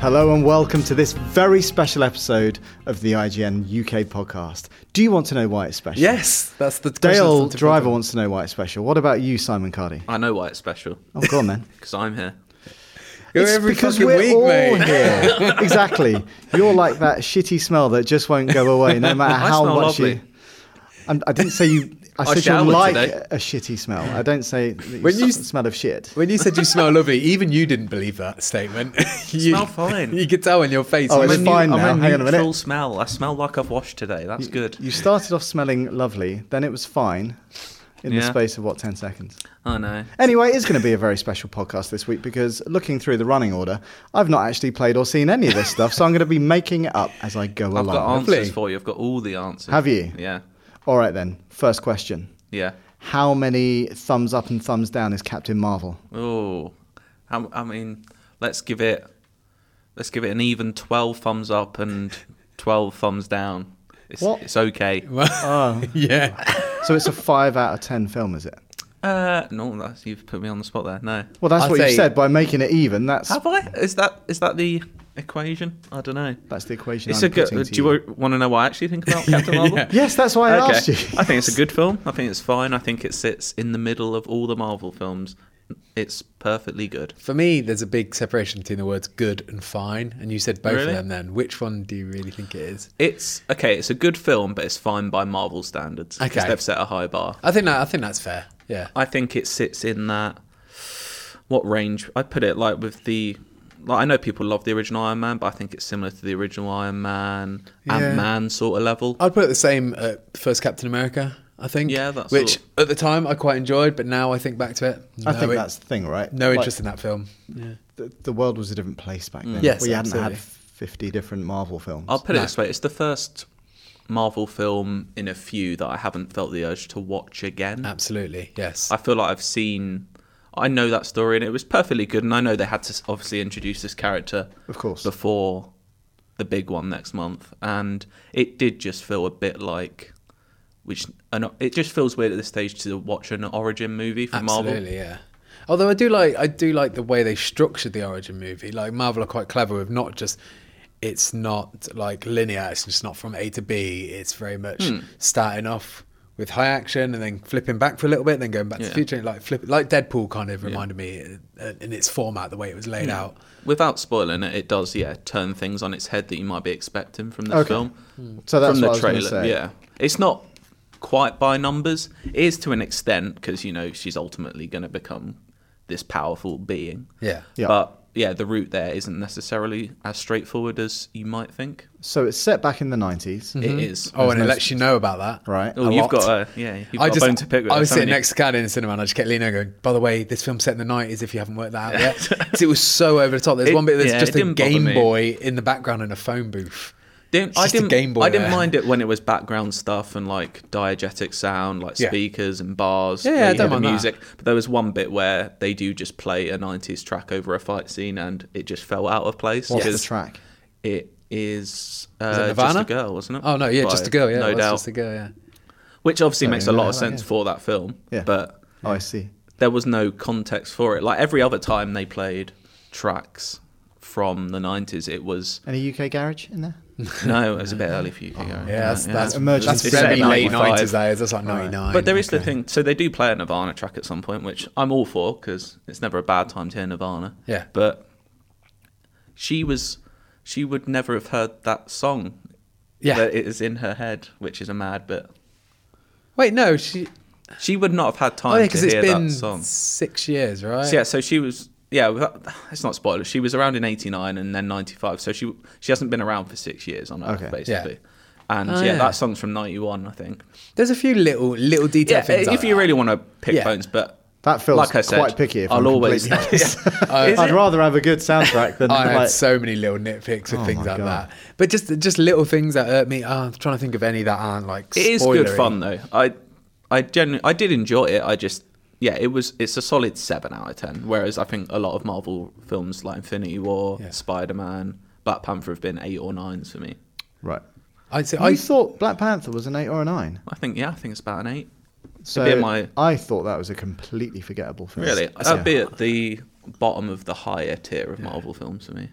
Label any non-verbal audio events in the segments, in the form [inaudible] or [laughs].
Hello and welcome to this very special episode of the IGN UK podcast. Do you want to know why it's special? Yes, that's the question that's Dale on Driver Twitter. wants to know why it's special. What about you, Simon Cardy? I know why it's special Oh, go on, man. because I'm here. [laughs] You're It's every because fucking we're week, all mate. [laughs] here. exactly. You're like that shitty smell that just won't go away, no matter I how smell much you. lovely. I'm, I didn't say you. I, I said you showered like today. a shitty smell. I don't say that you When you s- s- smell of shit. When you said you smell lovely, even you didn't believe that statement. [laughs] you, Smell fine. [laughs] You could tell in your face. Oh, You it's went, fine I'm now. a Hang on a minute. neutral smell. I smell like I've washed today. That's good. You started off smelling lovely, then it was fine in the Yeah. space of what, 10 seconds? I know. Anyway, it's going to be a very special podcast this week because looking through the running order, I've not actually played or seen any of this stuff, so I'm going to be making it up as I go along. I've got answers Lovely. for you. I've got all the answers. Have you? Yeah. All right then. First question: Yeah. How many thumbs up and thumbs down is Captain Marvel? Oh, I, I mean, let's give it, let's give it an even twelve thumbs up and twelve thumbs down. It's, What? it's okay. Oh. [laughs] yeah. So it's a five out of ten film, is it? Uh, no, that's you've put me on the spot there. No. Well, that's I'd what you say- said by making it even. That's Have I? Is that is that the equation? I don't know. that's the equation. It's I'm a good. uh, putting to Do you, want to know what I actually think [laughs] about Captain Marvel? yeah. Yes, that's why I asked you. [laughs] I think it's a good film. I think it's fine. I think it sits in the middle of all the Marvel films. It's perfectly good. For me, there's a big separation between the words good and fine, and you said both Really? of them then. Which one do you really think it is? It's okay. It's a good film, but it's fine by Marvel standards. 'cause Okay. they've set a high bar. I think that, I think that's fair. Yeah. I think it sits in that what range? I put it like with the. Like I know people love the original Iron Man, but I think it's similar to the original Iron Man, Yeah. Ant Man sort of level. Oh, I'd put it the same at first Captain America, I think. Yeah, that's Which all. at the time I quite enjoyed, but now I think back to it. I no think it- that's the thing, right? no Like, interest in that film. Yeah. The, the world was a different place back Mm. then. Yes, we hadn't absolutely. had fifty different Marvel films. I'll put it this way: it's the first Marvel film in a few that I haven't felt the urge to watch again. Absolutely. Yes. I feel like I've seen. I know that story, and it was perfectly good. And I know they had to s- obviously introduce this character, Of course. before the big one next month. And it did just feel a bit like, which an, it just feels weird at this stage to watch an origin movie for Absolutely, Marvel. yeah. Although I do like I do like the way they structured the origin movie. Like Marvel are quite clever with not just it's not like linear, it's just not from A to B. It's very much Hmm. starting off with high action and then flipping back for a little bit, then going back to Yeah. the future. and, Like flip, like Deadpool kind of reminded me uh, in its format, the way it was laid Hmm. out. Without spoiling it, it does yeah turn things on its head that you might be expecting from this Okay. film. Hmm. So that's what from the I was gonna trailer. say. Yeah, it's not quite by numbers. It is to an extent because you know she's ultimately going to become this powerful being. Yeah. Yeah. But yeah, the route there isn't necessarily as straightforward as you might think. So it's set back in the 90s It is. Oh, and no it s- lets you know about that, Right. Oh, A you've lot. got a yeah. You've got I a just, bone to pick with. I was this, sitting haven't you? next to Kat in the cinema and I just kept leaning over going, by the way, this film's set in the 90s if you haven't worked that out [laughs] yet. 'Cause it was so over the top. There's It- one bit that's yeah, just it a didn't bother Game me. Boy in the background in a phone booth. Didn't, I just a didn't. Game Boy I didn't there. mind it when it was background stuff and like diegetic sound, like Yeah. speakers and bars. Yeah, yeah, where I you hear don't the mind that. music. But there was one bit where they do just play a '90s track over a fight scene, and it just fell out of place. What's because the track? It is. Uh, it just a Nirvana? girl, wasn't it? Oh no, yeah, By just a girl, yeah, no no doubt. just a Oh, girl, yeah. Which obviously makes a yeah, lot I of like sense it. for that film. Yeah. But Oh, I see. there was no context for it. Like every other time they played tracks from the 90s, it was [laughs] Any UK garage in there? no, it was a bit early for you. to go into Oh, Yeah, that's that, that's Emergency that's It's very set at late 95. nineties. That is. That's like ninety nine. But there is the thing. So they do play a Nirvana track at some point, which I'm all for because it's never a bad time to hear Nirvana. Yeah. But she was, she would never have heard that song. Yeah. That it is in her head, which is a mad bit. Wait, no, she. She would not have had Oh time yeah, to because it's hear been that song. six years, right? So, yeah, so she was. Yeah, well, it's not spoilers. She was around in '89 and then '95, so she she hasn't been around for six years on Earth, Okay. basically. Yeah. And Oh, yeah, yeah. that song's from '91, I think. There's a few little little detail Yeah, things. if like you that. really want to pick Yeah. bones, but That feels like I said, quite picky. If I'll I'm always. [laughs] completely honest. I- Is I'd it? rather have a good soundtrack than [laughs] I like. had so many little nitpicks of Oh things my like God. that, but just just little things that hurt me. Ah, I'm trying to think of any that aren't like. It is good spoilery. fun though. I I genuinely I did enjoy it. I just yeah, it was it's a solid seven out of ten. Whereas I think a lot of Marvel films like Infinity War, Yeah. Spider Man, Black Panther have been eight or nines for me. right. I'd say I I thought Black Panther was an eight or a nine. I think yeah, I think it's about an eight. So be my- I thought that was a completely forgettable film. Really, Yeah. that'd be at the bottom of the higher tier of Marvel films for me.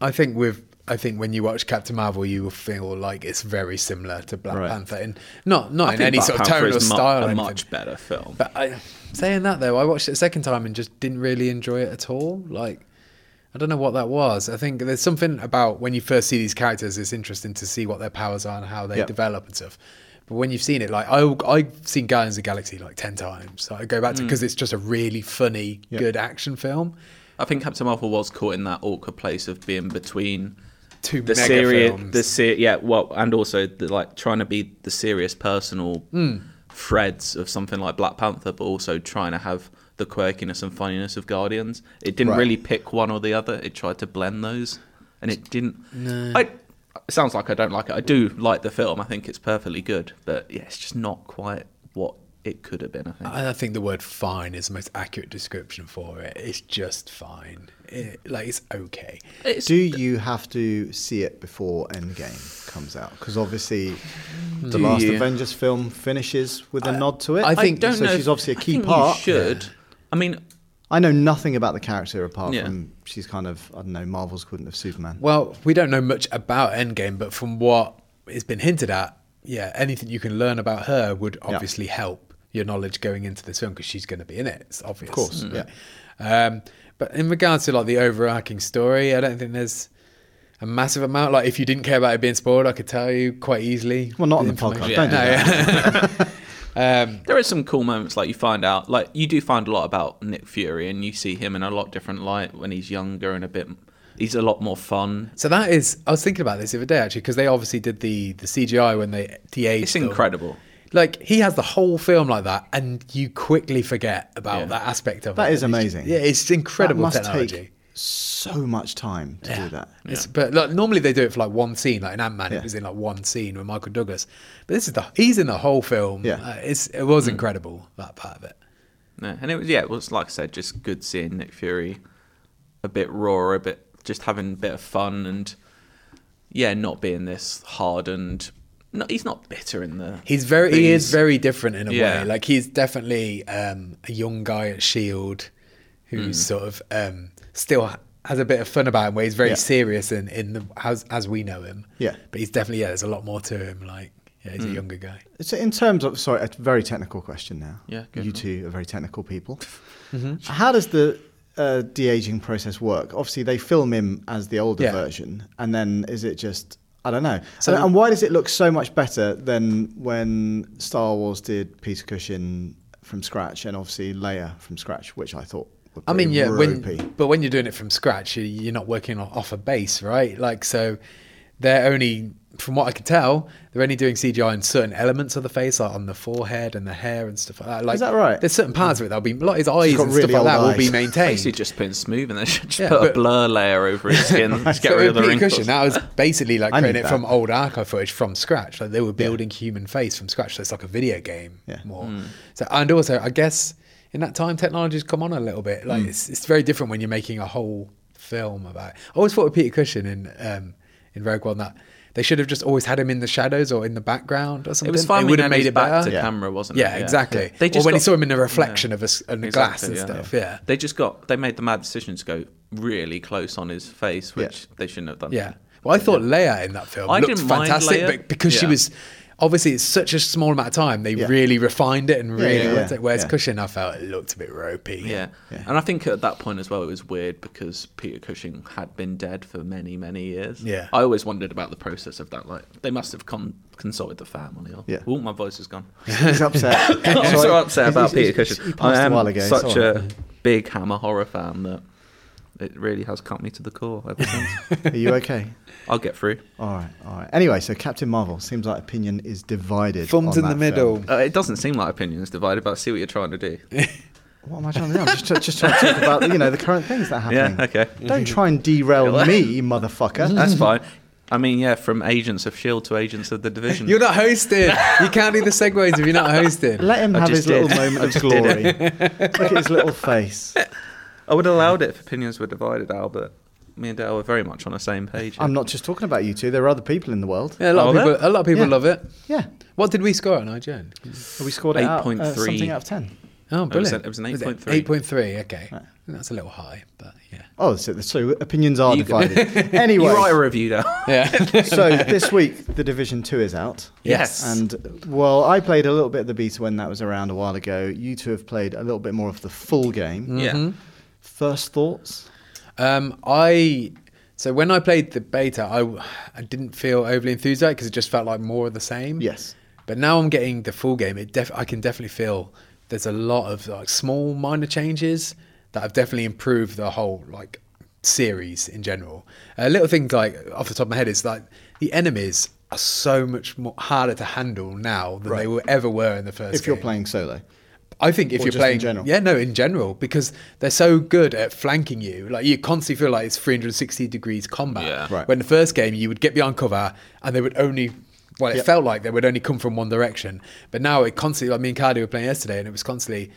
I think with I think when you watch Captain Marvel, you will feel like it's very similar to Black Right. Panther, and not not I in think any Black sort of Panther tone or is mu- style. or a anything. much better film. But I, saying that though, I watched it a second time and just didn't really enjoy it at all. Like, I don't know what that was. I think there's something about when you first see these characters, it's interesting to see what their powers are and how they Yep. develop and stuff. But when you've seen it, like I, I've seen Guardians of the Galaxy like ten times. So I go back to because it's just a really funny, Yep. good action film. I think Captain Marvel was caught in that awkward place of being between Two the mega serious, films. the ser- yeah, well, and also the, like trying to be the serious personal Hmm. threads of something like Black Panther, but also trying to have the quirkiness and funniness of Guardians. It didn't Right. really pick one or the other. It tried to blend those, and it didn't. I, it sounds like I don't like it. I do like the film. I think it's perfectly good, but yeah, it's just not quite what it could have been. I think. I I think the word "fine" is the most accurate description for it. It's just fine. It- like it's okay. Do you have to see it before Endgame comes out? Because obviously, the Do last you? Avengers film finishes with a nod to it. I think- don't so. know if- she's obviously a I key think you part. should. I mean, I know nothing about the character apart Yeah. from she's kind of I don't know Marvel's equivalent of Superman. Well, we don't know much about Endgame, but from what has been hinted at, yeah, anything you can learn about her would obviously help your knowledge going into this film because she's going to be in it. It's obvious, of course, yeah. Um, but in regards to like the overarching story, I don't think there's a massive amount. Like, if you didn't care about it being spoiled, I could tell you quite easily. Well, not on the information. podcast. Yeah. Don't do No, that. yeah. There are some cool moments, like you find out, like you do find a lot about Nick Fury, and you see him in a lot different light when he's younger and a bit. He's a lot more fun. So that is, I was thinking about this the other day actually, because they obviously did the the CGI when they de-aged. It's them. incredible. Like he has the whole film like that, and you quickly forget about Yeah. that aspect of it. That is And it's- amazing. yeah, it's incredible that must technology. take so much time to do that. It's, but like, normally they do it for like one scene, like in Ant Man, Yeah. it was in like one scene with Michael Douglas. But this is the he's in the whole film. Yeah. Uh, it's it was incredible that part of it. No, and it was yeah, it was like I said, just good seeing Nick Fury, a bit raw, a bit just having a bit of fun, and yeah, not being this hardened. No, he's not bitter in the. He's very but he he's- is very different in a Yeah. way. Like he's definitely um, a young guy at Shield E who's sort of um, still ha- has a bit of fun about him where he's very Yeah. serious in, in the as as we know him. Yeah. But he's definitely yeah, there's a lot more to him, like yeah, he's a younger guy. So in terms of sorry, a very technical question now. Yeah, go you for it. two are very technical people. How does the uh, de aging process work? Obviously, they film him as the older Yeah. version, and then is it just I don't know. So- and, and why does it look so much better than when Star Wars did Peter Cushing from scratch, and obviously Leia from scratch, which I thought. were I mean, pretty yeah, ropey. when, but when you're doing it from scratch, you- you're not working on, off a base, right? Like, so they're only, from what I can tell, they're only doing CGI in certain elements of the face, like on the forehead and the hair and stuff like that. Like, that right? There's certain parts of it that'll be like his eyes got and stuff really like that old will be eyes. maintained. Basically, just putting smooth and then [laughs] just Yeah, put a but- blur layer over his [laughs] skin and just get So rid of with the Peter wrinkles. Cushing, that was basically like I creating need it that. from old archive footage from scratch. Like they were building human face from scratch. So it's like a video game Yeah. more. Hmm. So and also, I guess in that time, technology's come on a little bit. Like Hmm. it's, it's very different when you're making a whole film about. It. I always thought with Peter Cushing in um, in Rogue One that they should have just always had him in the shadows or in the background or something. It was fine. would when have he made had his it back better. to Yeah. camera, wasn't it? Yeah, exactly. They or just when he got- saw him in the reflection of a, s- on the Exactly, glass and yeah. stuff. Yeah. They just got they made the mad decision to go really close on his face, which they shouldn't have done. Yeah. Well, I thought Leia in that film I looked didn't mind fantastic, Leia. but because she Yeah. was obviously it's such a small amount of time, they Yeah. really refined it and really yeah, worked yeah, it. Whereas yeah. Cushing, I felt it looked a bit ropey. Yeah. And I think at that point as well, it was weird because Peter Cushing had been dead for many, many years. Yeah. I always wondered about the process of that. Like, they must have con- consulted the family. Or, Yeah. Oh, my voice is gone. [laughs] [coughs] He's upset. I'm Sorry. so upset He's- about he's- Peter he's- Cushing. [laughs] He I passed am a while ago. such sorry. a big Hammer horror fan that it really has cut me to the core ever [laughs] since. Are you [laughs] okay? I'll get through. All right, all right. Anyway, so Captain Marvel seems like opinion is divided. Thumbs on in the that film. middle. Uh, it doesn't seem like opinions divided, but I see what you're trying to do. [laughs] What am I trying to do? I'm just, tr- just trying to talk about you know the current things that are Yeah, happening. okay. Don't try and derail me, motherfucker. That's fine. I mean, yeah, from Agents of S.H.I.E.L.D. E to Agents of the [laughs] Division. You're not hosting. you can't do the segues if [laughs] you're not hosting. Let him I have just his little did. I moment of just did glory. it. Look [laughs] at his little face. I would have allowed it if opinions were divided, Albert. Me and Dale were very much on the same page. I'm not just talking about you two. There are other people in the world. Yeah, a lot of Oh, people. there? A lot of people Yeah. love it. Yeah. What did we score on IGN? We scored it out, uh, 8.3. something out of ten. Oh, It was brilliant. an- it was an Was it 8.3. 8.3 Okay, that's a little high, but yeah. Oh, so the so opinions are You go- [laughs] divided. You anyway, write a review, Dale. [laughs] [laughs] Yeah. so this week the Division Two is out. Yes. And well, I played a little bit of the beta when that was around a while ago. You two have played a little bit more of the full game. Mm-hmm. Yeah. First thoughts? Um, I so when I played the beta, I I didn't feel overly enthusiastic because it just felt like more of the same. Yes. But now I'm getting the full game. It def- I can definitely feel there's a lot of like small minor changes that have definitely improved the whole like series in general. Uh, little things like off the top of my head is like the enemies are so much more harder to handle now than they were ever were in the first. If you're game. playing solo. I think if Or you're just in playing, general? yeah, no, in general, because they're so good at flanking you. Like you constantly feel like it's 360 degrees combat. Yeah. Right. When the first game, you would get behind cover, and they would only, well, it Yep. felt like they would only come from one direction. But now it constantly, like me and Cardi were playing yesterday, and it was constantly.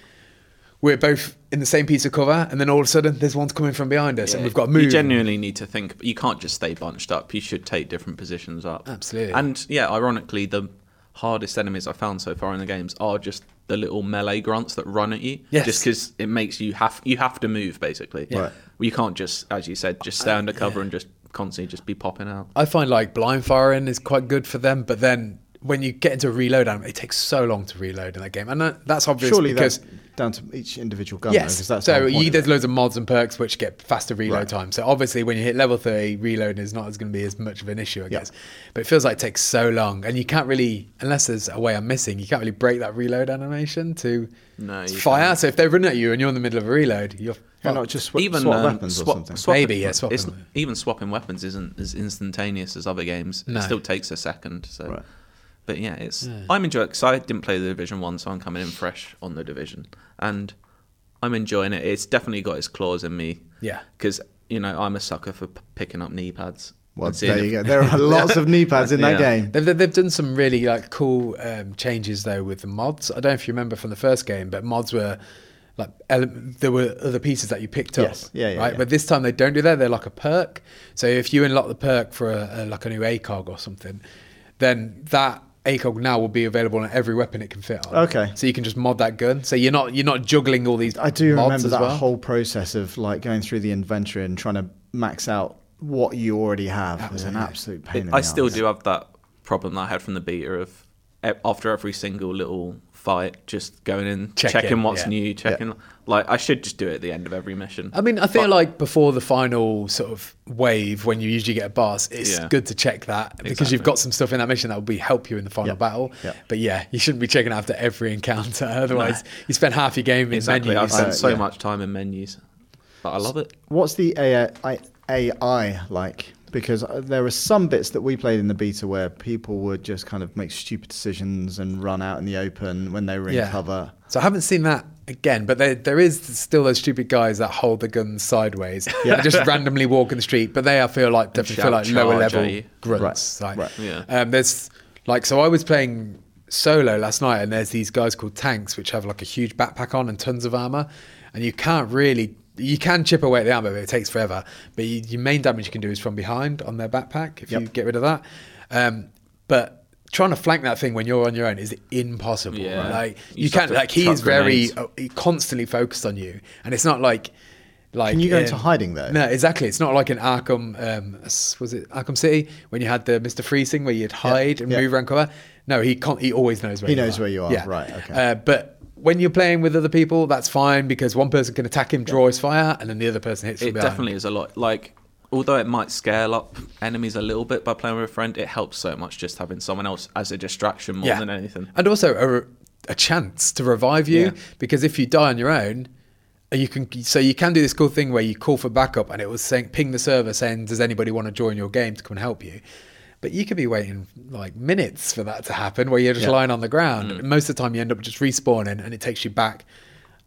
We're both in the same piece of cover, and then all of a sudden, there's one coming from behind us, and we've got to move. You genuinely need to think. You can't just stay bunched up. You should take different positions up. Absolutely. And yeah, ironically, the hardest enemies I found so far in the games are just the little melee grunts that run at you. Yes. Just because it makes you have you have to move basically. Yeah. Right. You can't just, as you said, just stay under cover and just constantly just be popping out. I find like blind firing is quite good for them, but then when you get into a reload, anim- it takes so long to reload in that game, and that, that's obvious Surely because that's down to each individual gun. though, 'cause Yes. that's the so whole point you, of there's it. loads of mods and perks which get faster reload Right. time. So obviously, when you hit level 30, reloading is not as going to be as much of an issue, I guess. But it feels like it takes so long, and you can't really, unless there's a way I'm missing, you can't really break that reload animation to No, you fire. So if they run at you and you're in the middle of a reload, you're Why fucked. not just sw- even swap um, weapons swap- or something. swapping- Maybe, yeah, swapping it's- weapons. even swapping weapons isn't as instantaneous as other games. No. It still takes a second. So, Right. but yeah, it's I'm enjoying because I didn't play the Division One, so I'm coming in fresh on the Division, and I'm enjoying it. It's definitely got its claws in me. Yeah. because you know I'm a sucker for p- picking up knee pads. well, and seeing there you go. if- There are lots of knee pads in that Yeah. game. They've, they've done some really like cool um, changes though with the mods. I don't know if you remember from the first game, but mods were like ele- there were other pieces that you picked up. Yes. Yeah, yeah, right. yeah. But this time they don't do that. They're like a perk. So if you unlock the perk for a, a, like a new ACOG or something, then that ACOG now will be available on every weapon it can fit on. Okay. So you can just mod that gun. So you're not you're not juggling all these. I do mods remember as that well. whole process of like going through the inventory and trying to max out what you already have was an absolute pain. in the I still arse. do have that problem that I had from the beta of e- after every single little fight, just going in, Check checking in, what's yeah. new, checking. Like I should just do it at the end of every mission. I mean, I feel But- like before the final sort of wave, when you usually get a boss, it's Yeah. good to check that because you've Exactly. got some stuff in that mission that will be help you in the final Yep. battle. Yep. But yeah, you shouldn't be checking after every encounter. [laughs] Otherwise, you spend half your game in Exactly. I've menus. spent Uh, so yeah. much time in menus, but I love it. What's the AI, I- AI like? because uh, there are some bits that we played in the beta where people would just kind of make stupid decisions and run out in the open when they were in cover. So I haven't seen that again, but there, there is still those stupid guys that hold the gun sideways and just randomly walk in the street. But they I feel like definitely feel shout, like lower "Charge," level eh? grunts. Right, Like, right. Yeah. Um, there's like so I was playing solo last night, and there's these guys called tanks which have like a huge backpack on and tons of armor, and you can't really. You can chip away at the armor, but it takes forever. But you, your main damage you can do is from behind on their backpack if you Yep. get rid of that. Um, but trying to flank that thing when you're on your own is impossible. Yeah. Like You you, just have can't. to Like he chuck is very grenades. uh, he constantly focused on you, and it's not like like Can you go in- into hiding, though? No, exactly. It's not like in Arkham. Um, s- was it Arkham City when you had the Mister Freeze thing where you'd hide and yeah. move around cover? No, he can't. He always knows where He you knows are. where you are, Yeah. right, okay. Uh, but. When you're playing with other people, that's fine because one person can attack him, draw his fire, and then the other person hits. It from behind. definitely is a lot. Like, although it might scale up enemies a little bit by playing with a friend, it helps so much just having someone else as a distraction more than anything. And also a, a chance to revive you Yeah. because if you die on your own, you can so you can do this cool thing where you call for backup and it will saying, ping the server saying, "Does anybody want to join your game to come and help you?" But you could be waiting like minutes for that to happen, where you're just lying on the ground. Mm. Most of the time, you end up just respawning, and it takes you back.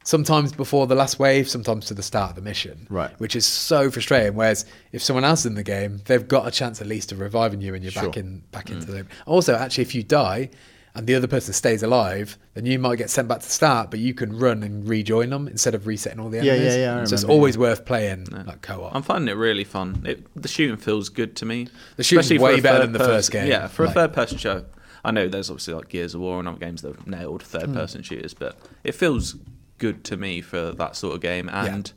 Sometimes before the last wave, sometimes to the start of the mission. Right. Which is so frustrating. Whereas if someone else is in the game, they've got a chance at least of reviving you, and you're back Sure. Mm. in back into the also actually if you die and the other person stays alive then you might get sent back to start but you can run and rejoin them instead of resetting all the Yeah, enemies yeah, yeah, I so it's remember, always worth playing like co-op I'm finding it really fun. It, the shooting feels good to me. The shooting's Especially for way a better third than the person- first game. Yeah, for Like- a third-person show. I know there's obviously like Gears of War and other games that have nailed Hmm. third-person shooters, but it feels good to me for that sort of game. And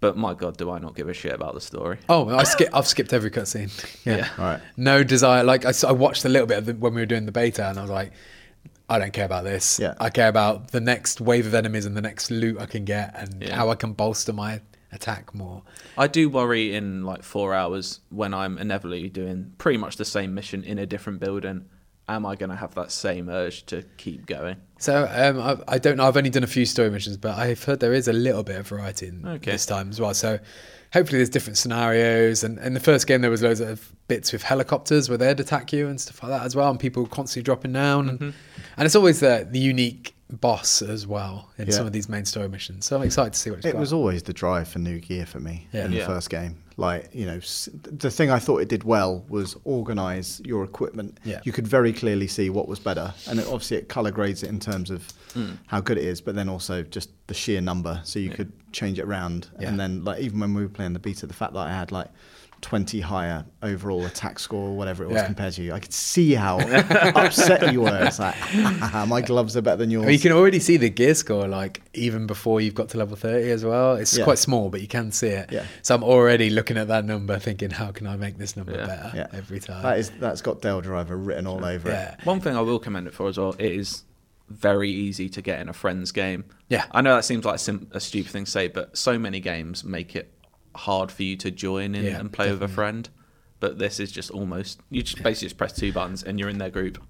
but my god, do I not give a shit about the story? oh I skip, I've skipped every cutscene [laughs] yeah, Yeah. All right. no desire like I, s- I watched a little bit of the, when we were doing the beta and I was like I don't care about this Yeah. I care about the next wave of enemies and the next loot I can get and Yeah. how I can bolster my attack more I do worry in like four hours when I'm inevitably doing pretty much the same mission in a different building. Am I going to have that same urge to keep going? So um, I, I don't know. I've only done a few story missions, but I've heard there is a little bit of variety in Okay. this time as well. So hopefully there's different scenarios. And in the first game, there was loads of bits with helicopters where they'd attack you and stuff like that as well. And people constantly dropping down. Mm-hmm. And, and it's always the, the unique boss as well in Yeah. some of these main story missions. So I'm excited to see what it's It got. was always the drive for new gear for me Yeah. in the Yeah. first game. Like, you know, s- the thing I thought it did well was organize your equipment. Yeah. You could very clearly see what was better. And it, obviously, it color grades it in terms of how good it is, but then also just the sheer number. So you could change it around. Yeah. And then, like, even when we were playing the beta, the fact that I had like 20 higher overall attack score, or whatever it was Yeah. compared to you, I could see [laughs] how upset you were. It's like, [laughs] my gloves are better than yours. I mean, Oh, you can already see the gear score, like even before you've got to level 30 as well. It's Yeah. quite small, but you can see it. Yeah. So I'm already looking at that number, thinking, how can I make this number Yeah. better yeah. every time? That is, that's got Dale Driver written all over it. yeah. One thing I will commend it for as well, it is very easy to get in a friend's game. Yeah. I know that seems like a, sim- a stupid thing to say, but so many games make it hard for you to join in Yeah, and play with a friend. But this is just almost, you just basically just press two buttons and you're in their group.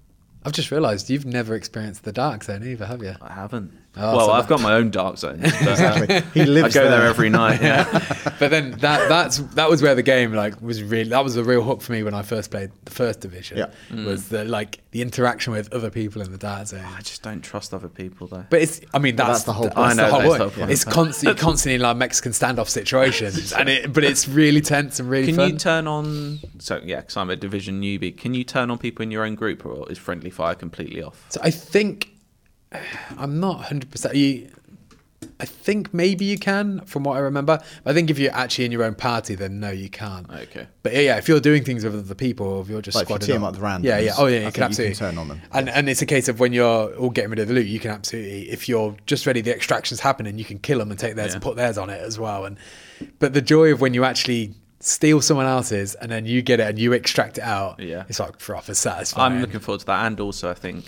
I've just realised you've never experienced the dark zone either, have [laughs] you? I haven't. Oh, well, so I've got my own dark zone. [laughs] but, [laughs] uh, Exactly. He lives I go there. there. every night. Yeah. but then that that's that was where the game like was really that was a real hook for me when I first played the first division. Yeah. Was the like the interaction with other people in the dark zone. I just don't trust other people though. But it's, I mean, that's, that's the whole that's point. I know, whole Ah, that's the point. whole point. It's constantly, constantly in like Mexican [laughs] standoff situations, and it, but it's really tense and really Can fun. you turn on? So yeah, because I'm a division newbie. Can you turn on people in your own group, or is friendly fire completely off? So I think I'm not 100. percent You, I think maybe you can, from what I remember. I think if you're actually in your own party, then no, you can't. Okay. But yeah, yeah if you're doing things with other people, or if you're just Like, if you squadding team up with randoms, yeah, yeah, oh yeah, I think you can you can absolutely turn on them. And and it's a case of when you're all getting rid of the loot, you can absolutely, if you're just ready, the extraction's happening, you can kill them and take theirs Yeah. and put theirs on it as well. And but the joy of when you actually steal someone else's and then you get it and you extract it out, Yeah. it's like proper satisfying. I'm looking forward to that, and also I think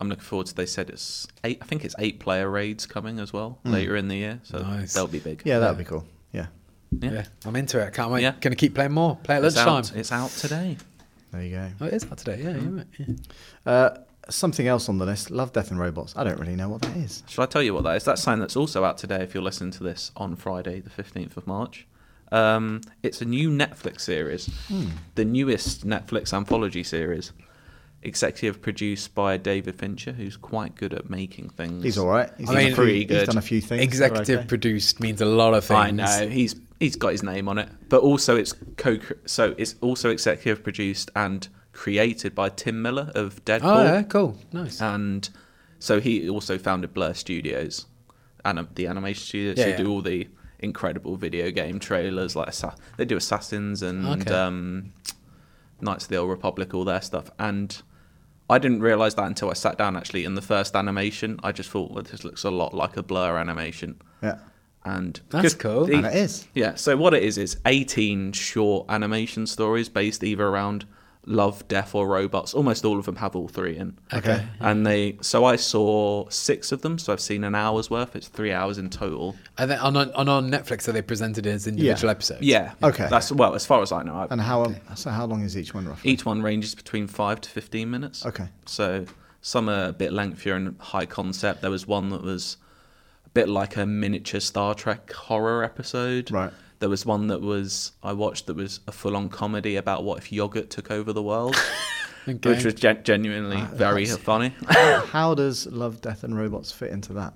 I'm looking forward to. They said it's eight. I think it's eight player raids coming as well later in the year, so Nice. they'll be big. Hmm. Yeah, that would be cool. Yeah, Yeah. Yeah, I'm into it. I can't wait. Yeah. Gonna keep playing more. Play at It's lunchtime. out, it's Mm. out today. there you go. Oh, it is out today. Yeah, you're right. Yeah. Uh, something else on the list: Love, Death, and Robots. I don't really know what that is. Shall I tell you what that is? That's something that's also out today if you're listening to this on Friday, the 15th of March. Um, it's a new Netflix series, Hmm. the newest Netflix anthology series, executive produced by David Fincher, who's quite good at making things. He's all right. He's, I done, mean, a few, pretty he's good. done a few things. Executive They're okay. produced means a lot of things. I know uh, he's he's got his name on it, but also it's co so it's also executive produced and created by Tim Miller of Deadpool. Oh, yeah, cool. Nice. and so he also founded Blur Studios, anim- the animation studio. Yeah, so yeah. do all the incredible video game trailers, like Assa- they do Assassins and Okay. um, Knights of the Old Republic, all their stuff. And I didn't realize that until I sat down actually in the first animation. I just thought, well, this looks a lot like a Blur animation. Yeah. And That's 'cause cool. the- And it is. yeah, so what it is is 18 short animation stories based either around love, death, or robots. Almost all of them have all three in. Okay. And they, so I saw six of them, so I've seen an hour's worth. It's three hours in total. And then on, on, on Netflix, are they presented as individual Yeah. episodes? Yeah. Okay. That's, well, as far as I know, I, And how um, so? How long is each one roughly? each one ranges between five to 15 minutes. Okay. So some are a bit lengthier and high concept. There was one that was a bit like a miniature Star Trek horror episode. Right. There was one that was I watched that was a full-on comedy about what if yogurt took over [laughs] the world, Okay. which was gen- genuinely Uh, very funny. how does Love, Death, and Robots fit into that?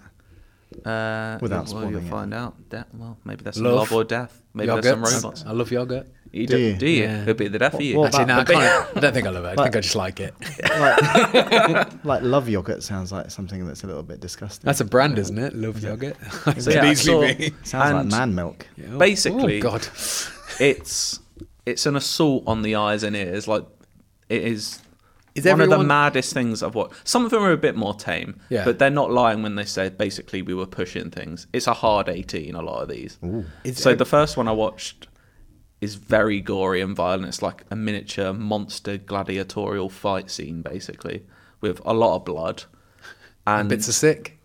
Uh, Without well, you'll spoiling it. find out. De- well, maybe that's Love. love, love or death. Maybe yogurt. there's some robots. I love yogurt. You Do do, you? do you? Yeah. It'd be the death for you. what Actually, about- no, I, but- [laughs] can't, I don't think I love it. I think I just like it. Like, like love yogurt sounds like something that's a little bit disgusting. That's a brand, isn't it? Love yogurt. It [laughs] So, yeah, could I easily saw- be. sounds and- like man milk. Oh, Basically- oh, God. it's it's an assault on the eyes and ears. Like it is. Is one of the everyone- maddest things I've watched. Some of them are a bit more tame, Yeah. but they're not lying when they say basically we were pushing things. It's a hard eighteen. A lot of these. Is So it- the first one I watched is very gory and violent. It's like a miniature monster gladiatorial fight scene, basically, with a lot of blood and Bits of sick.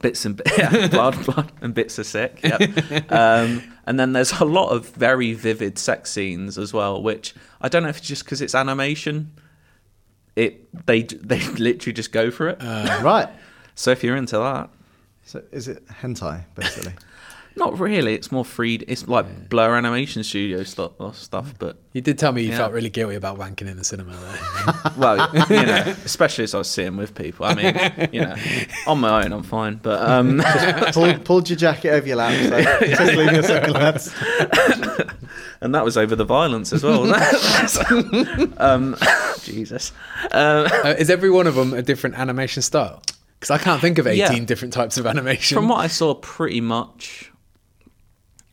bits and bi- yeah, [laughs] blood, blood, and bits are sick. Yep. um, and then there's a lot of very vivid sex scenes as well, which I don't know if it's just because it's animation. It they they [laughs] literally just go for it. Uh. [laughs] Right. so if you're into that, So is it hentai basically? not really. It's more free. It's like Blur Animation Studio stuff, stuff but You did tell me you Yeah. felt really guilty about wanking in the cinema. Though. well, you know, especially as I was sitting with people. I mean, you know, on my own, I'm fine. But um, [laughs] Pull, pulled your jacket over your lap. So just leave your second lads. and that was over the violence as well. wasn't it? [laughs] um, Jesus. Um, Uh, is every one of them a different animation style? Because I can't think of 18 Yeah. different types of animation. From what I saw, pretty much.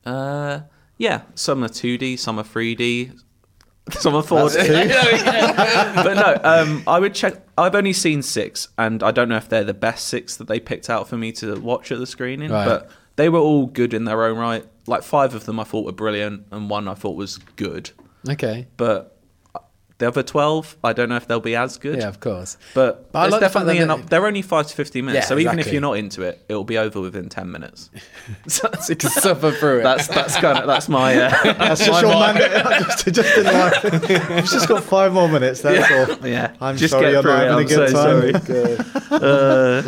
Uh, yeah, some are 2D, some are 3D, some are 4D. [laughs] but no, um, I would check. I've only seen six, and I don't know if they're the best six that they picked out for me to watch at the screening. Right. But they were all good in their own right. Like five of them I thought were brilliant, and one I thought was good. Okay. But uh, the other twelve, I don't know if they'll be as good. Yeah, of course. [laughs] But, But I it's like the fact definitely that an they- up. They're only five to fifteen minutes, Yeah, so even if exactly. you're not into it, it'll be over within ten [laughs] minutes. So that's to suffer through it. that's, that's kind of that's my. Uh, [laughs] That's just your man. [laughs] just, just in life. [laughs] You've just got five more minutes. That's all. yeah, I'm just sorry, get I'm through not it. having a I'm good so time. [laughs] sorry. Uh,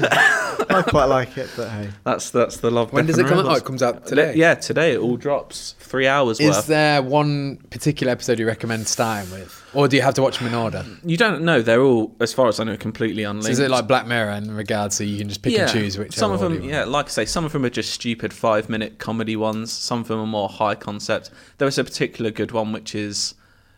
I quite like it, but hey. That's that's the love. When Death does it and come out? Oh, Robots. it comes out Le- today. Yeah, today it all drops. Three hours Is worth. there one particular episode you recommend starting with? Or do you have to watch them in order? you don't know. They're all, as far as I know, completely unlinked. So is it like Black Mirror in regards so you can just pick and choose which some of them? Yeah, like I say, some of them are just stupid five-minute comedy ones. Some of them are more high concept. There was a particular good one which is,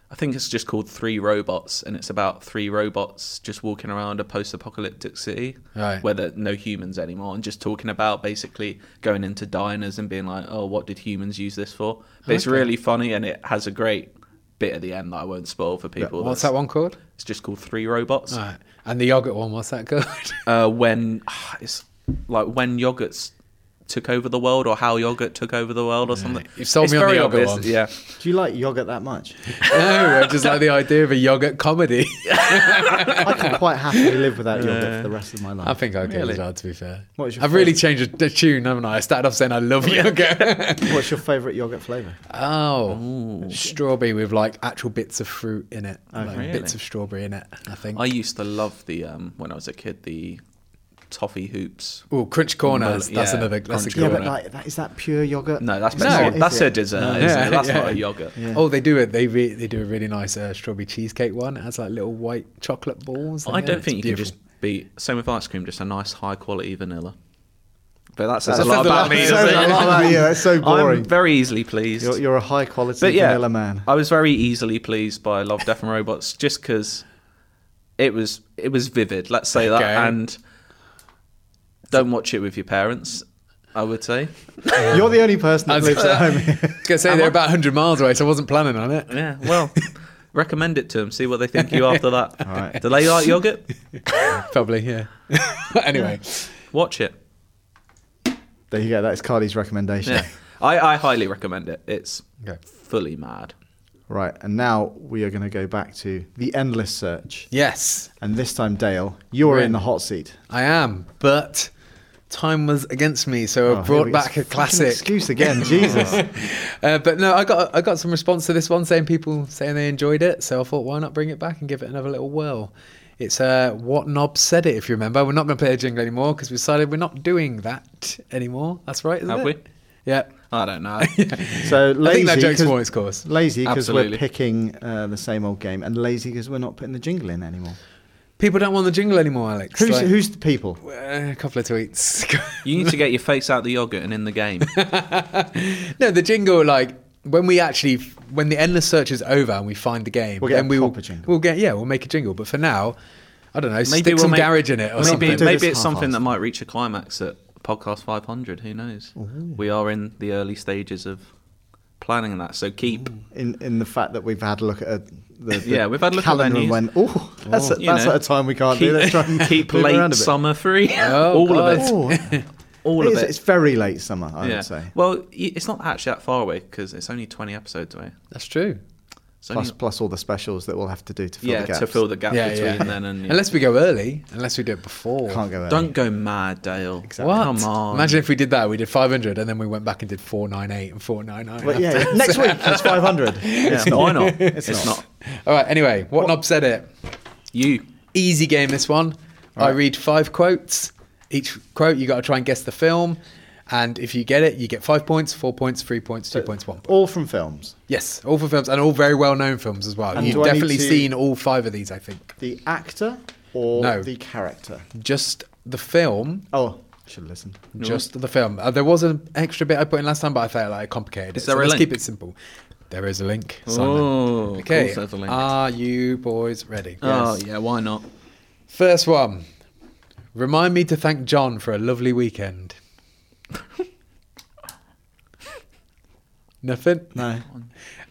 I think it's just called Three Robots, and it's about three robots just walking around a post-apocalyptic city Right. where there are no humans anymore, and just talking about basically going into diners and being like, "Oh, what did humans use this for?" But it's really funny, and it has a great bit at the end that I won't spoil for people. What's That's- that one called? It's just called Three Robots Right. And the yogurt one, what's that [laughs] called? [laughs] uh, when ah, it's like when yogurts took over the world or how yogurt took over the world or something. You've sold It's me on the very yogurt obvious, one. Yeah. Do you like yogurt that much? no, I just like the idea of a yogurt comedy. [laughs] I can quite happily live without yogurt for the rest of my life. I think I could as well, to be fair. What was I've your really changed the tune, haven't I? I started off saying I [laughs] love yogurt. What's your favourite yogurt flavour? oh, strawberry with like actual bits of fruit in it, like Oh, really? bits of strawberry in it. I think. I used to love the um, when I was a kid the toffee hoops. Oh, crunch corners. Mul- that's yeah, another. That's a good crunch Yeah, corner. one. but like, that, is that pure yogurt? No, that's It's No, no, not, that's is it? a dessert. No. isn't Yeah, it? That's yeah. not a yogurt. Yeah. Oh, they do it. They re- they do a really nice uh, strawberry cheesecake one. It has like little white chocolate balls. I in it. don't It's think you beautiful. can just be same with ice cream, just a nice high quality vanilla. But that says That's a lot a lot- about me. says doesn't a it? lot about you. That's so boring. [laughs] I'm very easily pleased. You're, you're a high quality but yeah, vanilla [laughs] man. I was very easily pleased by Love, Death and Robots just because it was it was vivid. Let's say that, Okay. and don't watch it with your parents. I would say. You're the only person I that was lives at home. here. [laughs] I was gonna say they're about 100 miles away, so I wasn't planning on it. Yeah. Well, [laughs] recommend it to them. See what they think of you after that. Do they like yogurt? Probably, yeah. [laughs] anyway, Watch it. There you go. That's Cardi's recommendation. [laughs] Yeah. I, I highly recommend it. It's Okay. fully mad. Right, and now we are going to go back to the endless search. yes, And this time, Dale, you're Right. in the hot seat. I am, but time was against me, so I Oh, here brought we- back a fucking classic. excuse [laughs] again, Jesus. Uh, but no, I got I got some response to this one saying people saying they enjoyed it, so I thought why not bring it back and give it another little whirl. It's uh, what knob said it. If you remember, we're not going to play a jingle anymore because we decided we're not doing that anymore. That's right, isn't Have it? we? Yeah. I don't know. So I lazy, think that joke's 'cause- more its course. lazy because we're Absolutely. picking uh, the same old game, and lazy because we're not putting the jingle in anymore. People don't want the jingle anymore, Alex. Who's, Like, who's the people? uh, a couple of tweets. [laughs] You need to get your face out the yogurt and in the game. no, the jingle like when we actually when the endless search is over and we find the game, We'll get then a we will proper jingle. we'll get yeah we'll make a jingle. But for now, I don't know, stick we'll some make- garage in it or maybe, something. Do Maybe this it's something half-assed. that might reach a climax at podcast 500. Who knows? We are in the early stages of planning that. So keep. In in the fact that we've had a look at uh, the, the Yeah, we've had a look at calendar venues. and went, oh, that's, a, you that's know, at a time we can't do. [laughs] Let's try and Keep, keep move around a late bit. summer free. Oh, [laughs] all God. of it. Oh, it [laughs] All is, of it. It's very late summer, I yeah. would say. Well, y- it's not actually that far away because it's only 20 episodes away. That's true. It's only, Plus, plus all the specials that we'll have to do to fill yeah, the gaps. to fill the gap Yeah, between yeah. then and. yeah. Unless we go early, unless we do it before. Can't go early. Don't go mad, Dale. What? Come on. Imagine if we did that. We did 500 and then we went back and did 498 and 499. But yeah, next week [laughs] it's 500. Yeah, [laughs] why not? It's, not. not. [laughs] All right, anyway, what, Knob said it. You. Easy game, this one. I read five quotes. Each quote, you got to try and guess the film. And if you get it, you get five points, four points, three points, two points, one point. All from films. Yes, all for films and all very well known films as well. And do You've I need definitely to- seen all five of these, I think. The actor or No. the character? Just the film. Oh, I should listen. Just the film. Uh, there was an extra bit I put in last time, but I felt like I complicated it. Is there so a let's keep link? it simple. There is a link. Oh, of okay. course there's a link. Are you boys ready? Oh, yeah, why not? First one. Remind me to thank John for a [laughs] lovely weekend. Nothing. No.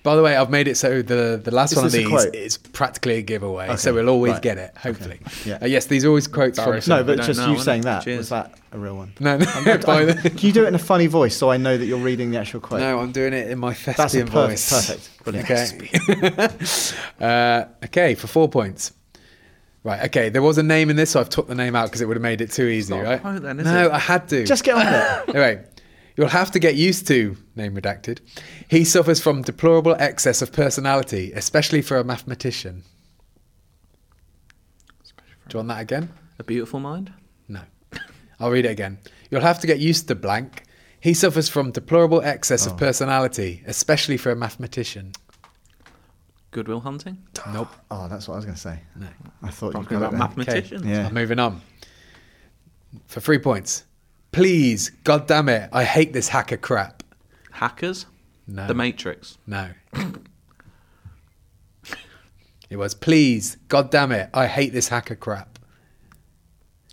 By the way, I've made it so the, the last Is one of this a these quote? is practically a giveaway, so Okay, we'll always right. get it, hopefully. Yeah. Uh, yes, these are always quotes from. Embarrassing. No, We but don't just know, you innit? saying that. Cheers. Was that a real [laughs] one? No, no, [laughs] by [laughs] I'm- the- Can you do it in a funny voice so I know that you're reading the actual quote? no, I'm doing it in my That's a thespian perfect, voice. perfect. Brilliant. Okay. [laughs] uh, okay, for four points. Right. Okay, there was a name in this, so I've took the name out because it would have made it too easy, not a right? quote then, is no, it? I had to. Just get on [laughs] with it. Anyway, you'll have to get used to name redacted. He suffers from deplorable excess of personality, especially for a mathematician. Do you want that again? A beautiful mind? No. I'll read it again. You'll have to get used to blank. He suffers from deplorable excess of personality, especially for a mathematician. Goodwill hunting? Nope. Oh, that's what I was going to say. No. I thought you Talking got about it there. mathematicians. Yeah. I'm moving on. For three points. Please, god damn it, I hate this hacker crap. Hackers? No. The Matrix. No. it was, please, god damn it, I hate this hacker crap.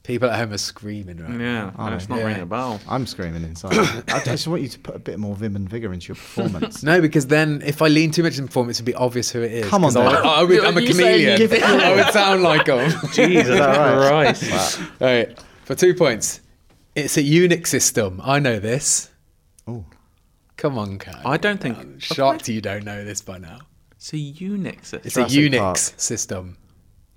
People at home are screaming, right? Yeah, no, it's not yeah. ringing a bell. I'm screaming [coughs] inside. I just want you to put a bit more vim and vigour into [laughs] your performance. No, because then if I lean too much into form, it would be obvious who it is. Come on, 'cause I, Dave. I would, I'm a You say chameleon. give it your I would sound like him. [laughs] Jesus right? Christ. All right, for two points. It's a Unix system. I know this. Oh, Come on, Kat. I don't think- I'm shocked you don't know this by now. It's a Unix system. It's Jurassic a Unix Park. system.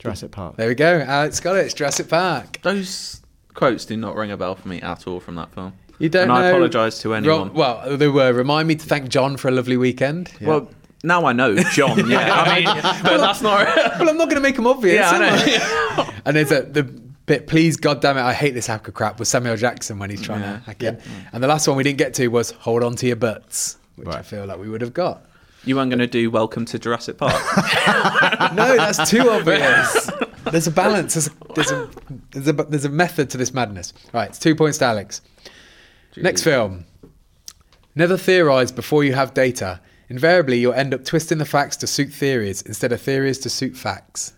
Jurassic Park. There we go. Alex got it. It's Jurassic Park. Those quotes do not ring a bell for me at all from that film. You don't and know. I apologise to Ro- anyone. well, there were. Remind me to thank John for a lovely weekend. Well, now I know [laughs] John. Yeah, I mean, but that's not. [laughs] well, I'm not going to make him obvious. Yeah, I am know. I? [laughs] and there's a, the But please, goddamn it, I hate this hacker crap with Samuel Jackson when he's trying to hack it. And the last one we didn't get to was Hold On to Your Butts, which I Right. feel like we would have got. [laughs] You weren't going to do Welcome to Jurassic Park. [laughs] No, that's too obvious. There's a balance. There's a, there's, a, there's, a, there's a method to this madness. Right, it's two points to Alex. Next film. Never theorize before you have data. Invariably, you'll end up twisting the facts to suit theories instead of theories to suit facts.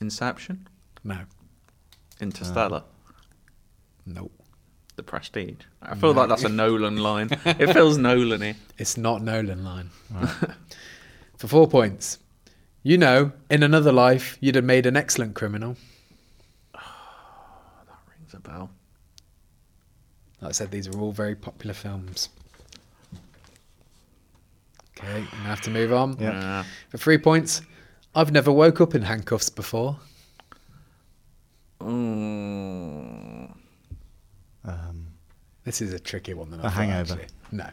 Inception, No. Interstellar, Nope. The Prestige. I feel like that's a [laughs] Nolan line. It feels Nolan-y. It's not Nolan line. [laughs] For four points. You know, in another life, you'd have made an excellent criminal. Rings a bell. Like I said, these are all very popular films. Okay, we have to move on. Yeah. For three points, I've never woke up in handcuffs before. Mm. Um, This is a tricky one. Than I A thought, hangover. actually. No.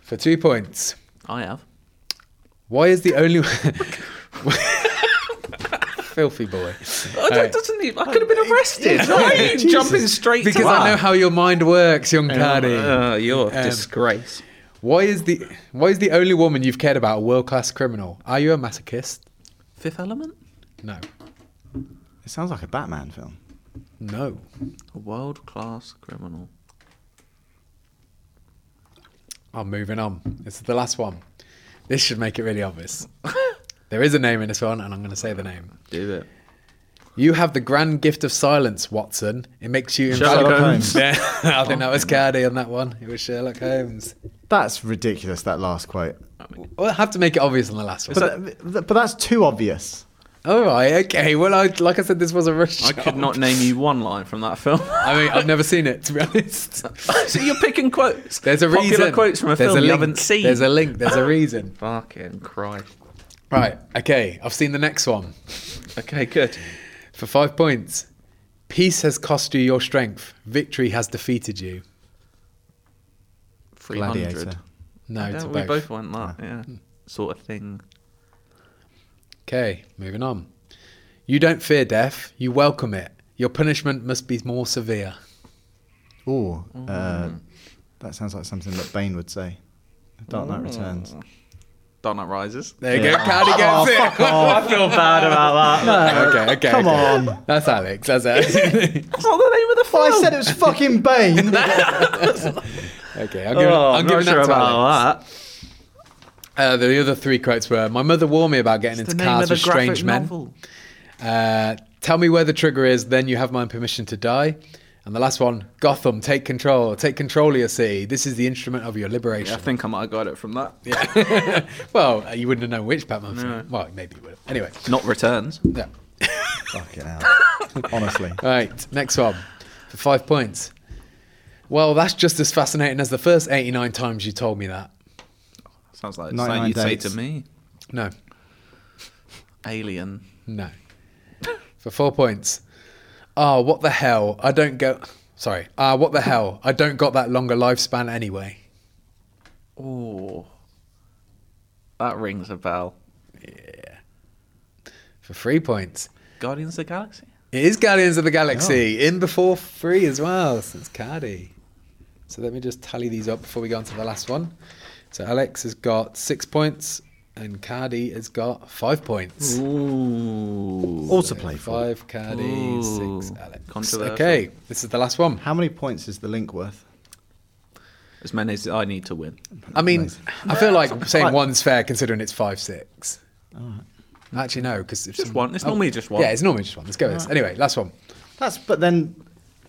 For two points, I have. why is the only [laughs] filthy boy? Oh, that Alright. doesn't even, I could have been arrested. Why [laughs] are you jumping straight Because to I know how your mind works, young Cardi. Uh, you're a Um, disgrace. Why is the why is the only woman you've cared about a world class criminal? Are you a masochist? Fifth Element? No. It sounds like a Batman film. No. A world class criminal. I'm moving on. This is the last one. This should make it really [laughs] obvious. there is a name in this one, and I'm going to say the name. Do it. You have the grand gift of silence, Watson. It makes you Sherlock invaluable. Holmes. Yeah, [laughs] I think that was Cardi on that one. It was Sherlock Holmes. That's ridiculous. That last quote. Well, I have to make it obvious on the last one. But, th- but that's too obvious. All right, okay. Well, I, like I said, this was a rush. [laughs] I could not name you one line from that film. [laughs] I mean, I've never seen it to be honest. [laughs] so you're picking quotes. There's a Popular reason. quotes from a There's film you link. haven't seen. There's a link. There's [laughs] a reason. Fucking Christ. Right. Okay. I've seen the next one Okay, good. for five points. Peace has cost you your strength. Victory has defeated you. 300. Gladiator. No, Yeah, to we both. Ah. both went that, yeah. Sort of thing. Okay. Moving on. You don't fear death. You welcome it. Your punishment must be more severe. Ooh, uh, that sounds like something that Bane would say. Dark Knight Returns. Mm. Dark Knight Rises. There you go. Cardi gets it. [laughs] I feel bad about Oh, that. okay. Okay. Come okay. on. That's Alex. That's [laughs] [laughs] Alex. [laughs] That's not the name of the film. Well, I said it was fucking Bane. [laughs] okay. I'm giving, Oh, I'm I'm giving not that sure to Alex. about that. Uh, the other three quotes were: "My mother warned me about getting into cars with strange men." Uh, tell me where the trigger is, then you have my permission to die. And the last one, Gotham, take control, take control of your city. This is the instrument of your Yeah, I liberation. think I might have got it from that. well, uh, you wouldn't have known which Batman. film. Well, maybe you would. have. Anyway, Not returns. yeah. fucking hell. [laughs] Honestly. All right, next one for five points. Well, that's just as fascinating as the first 89 times you told me that. Sounds like Night something Nine you'd Dates. say to me. No, Alien. no. For four points. Ah, what the hell? I don't go. Sorry. Ah, what the hell? I don't got that longer lifespan anyway. Oh. That rings a bell. For three points. Guardians of the Galaxy? It is Guardians of the Galaxy Oh. in before three as well, since Cardi. So let me just tally these up before we go on to the last one. So Alex has got six points and Cardi has got five points. Ooh. All to So play for. Five Cardi, Ooh. six Alex. Controversial. Okay, this is the last one. How many points is the link worth? As many as I need to win. I mean, Amazing. I feel like saying one's fair considering it's five, six. Actually, no, because Just one. It's normally just one. oh. Yeah, it's normally just one. Let's go with this. Anyway, last one. That's but then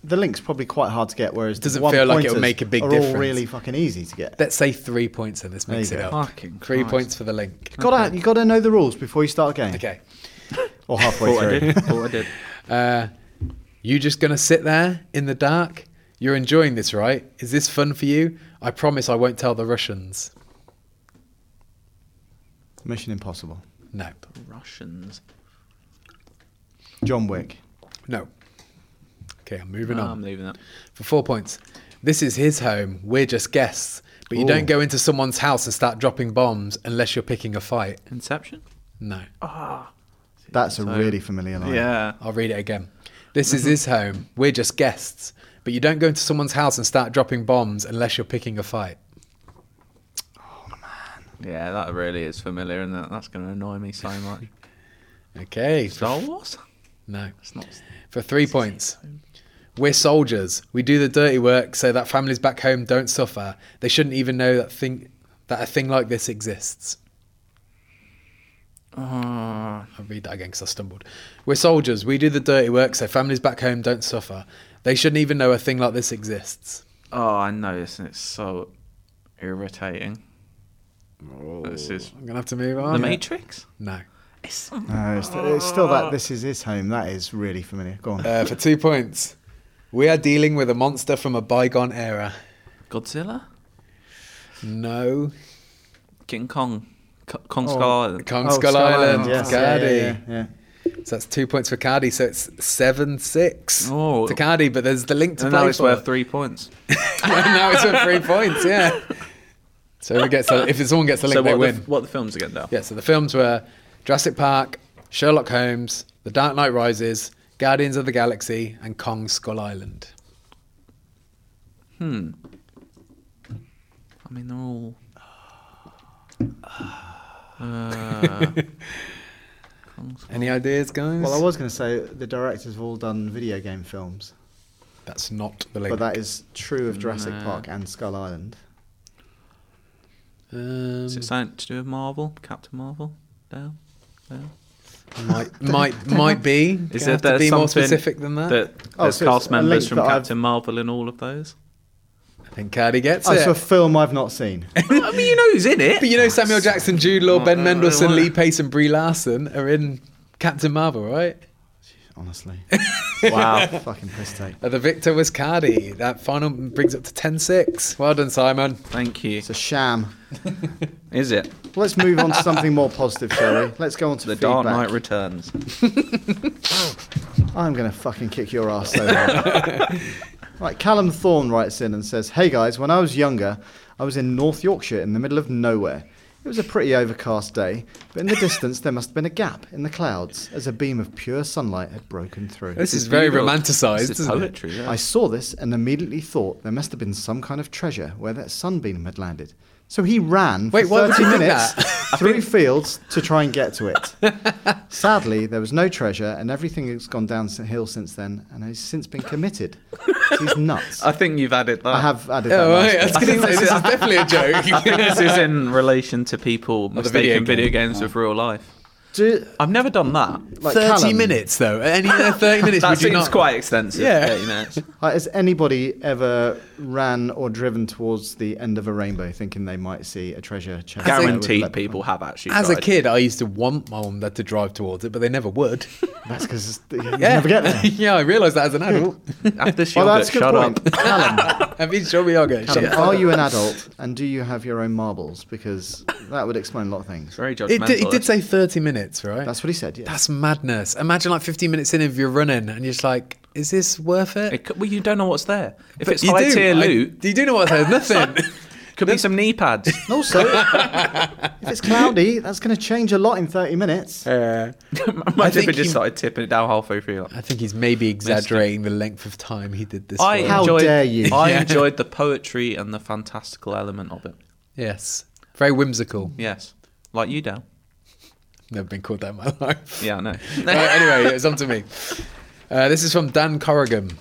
the link's probably quite hard to get, whereas Doesn't the one feel like it'll pointers make a big are difference. all really fucking easy to get. Let's say three points and this you makes it go. up. Fucking Three Christ. Mm. points for the link. Gotta you gotta know the rules before you start a game. Okay. Or Thought I halfway through. [laughs] did. Thought I did. Uh, You just gonna sit there in the dark? You're enjoying this, right? Is this fun for you? I promise I won't tell the Russians. Mission Impossible. No. Russians. John Wick. No. Okay, I'm moving No, I'm on. leaving that. For four points. This is his home. We're just guests. But you don't Ooh. go into someone's house and start dropping bombs unless you're picking a fight. Inception? No. That's a So- really familiar line. Yeah. I'll read it again. This is his home. We're just guests. But you don't go into someone's house and start dropping bombs unless you're picking a fight. Yeah, that really is familiar, and that, that's going to annoy me so much. Okay. for- Star Wars? No. It's not. For three points. We're soldiers. We do the dirty work so that families back home don't suffer. They shouldn't even know that thing that a thing like this exists. uh, I'll read that again because I stumbled. We're soldiers. We do the dirty work so families back home don't suffer. They shouldn't even know a thing like this exists. Oh, I know this, and it's so irritating. Oh. this is I'm gonna have to move The on. Matrix. No. It's No, it's, it's still that this is his home. That is really familiar. Go Um, on. Uh, for two points. We are dealing with a monster from a bygone era. Godzilla, No. King Kong, Co- Kong Oh, Skull Island. Kong Oh, Skull, Island. yes, yeah, Cardi. yeah, yeah. So that's two points for Cardi. So it's seven six Oh. to Cardi. But there's the link to And play now it's for. worth three points. [laughs] now it's worth three points. Yeah. So who gets the, if someone gets the link, so they what? win. The, what the films again now? yeah. So the films were Jurassic Park, Sherlock Holmes, The Dark Knight Rises, Guardians of the Galaxy, and Kong Skull Island. I mean, they're all. Any ideas, guys? Well, I was going to say the directors have all done video game films, that's not the link. but that is true of Jurassic Park and Skull Island. um, Mm. Is it something to do with Marvel? Captain Marvel? Down. Down. [laughs] might might might be. Gonna Is it have to there's be more something specific than that? Oh, there's so it's cast a members link from that I've- Captain Marvel in all of those. I think Cardi gets Oh, it. it's a film I've not [laughs] seen. [laughs] I mean, you know who's in it. But you know, Samuel Jackson, Jude Law, Ben no, no, Mendelsohn, no. Lee Pace, and Brie Larson are in Captain Marvel, right? [laughs] Honestly. wow. Fucking piss take. Uh, The victor was Cardi. That final brings up to 10 6. Well done, Simon. Thank you. It's a sham. Is it Well, let's move on to something more positive, shall we? Let's go on to The feedback. Dark Knight Returns? I'm going to fucking kick your ass so hard. right, Callum Thorne writes in and says, Hey guys, when I was younger, I was in North Yorkshire in the middle of nowhere. It was a pretty overcast day, but in the distance there must have been a gap in the clouds as a beam of pure sunlight had broken through. This is very beautiful. romanticised, This is isn't it? poetry. yeah. Oh, I saw this and immediately thought there must have been some kind of treasure where that sunbeam had landed. So he ran for Wait, why would 30 you do minutes that? [laughs] through fields to try and get to it. Sadly, there was no treasure, and everything has gone downhill since then, and has since been committed. He's [laughs] nuts. I I, think you've added that. have added that. Oh, right. I last was bit. going to say, this is definitely a I think joke. [laughs] this is in relation to people the video mistaking game. video, Oh. games with real life. Do- I've never done [laughs] that. like 30 Callum, minutes, though. Any uh, 30 minutes That would you seems not. quite extensive. Yeah. 30 minutes. like, has anybody ever ran or driven towards the end of a rainbow thinking they might see a treasure chest? that would Guaranteed let- people have actually. As a tried. kid, I used to want my mum dad to drive towards it, but they never would. That's because [laughs] you never get [laughs] there. yeah, I realised that as an adult. After she Well, got that's a good shut point. up. Callum, I mean, sure, we are going. [laughs] Callum, shit. Are you an adult and do you have your own marbles? Because that would explain a lot of things. Very judgmental. It did, it did say 30 minutes, right? That's what he said. Yeah. That's madness. Imagine like 15 minutes in if you're running and you're just like, is this worth it? It could- well, you don't know what's there. If But it's high tier I- [laughs] loot, you do know what there's nothing. [laughs] could be some knee pads. And also, if it's cloudy, that's going to change a lot in 30 minutes. Imagine if think it just you- started tipping it down halfway through. Like, I think he's maybe exaggerating the length of time he did this. I for. How enjoyed, dare you. [laughs] I Yeah. enjoyed the poetry and the fantastical element of it. yes, very whimsical. Yes, like you, Dal. Never been called that in my [laughs] life. Yeah, I know. Right, anyway, it's on to me. Uh, this is from Dan Corrigan.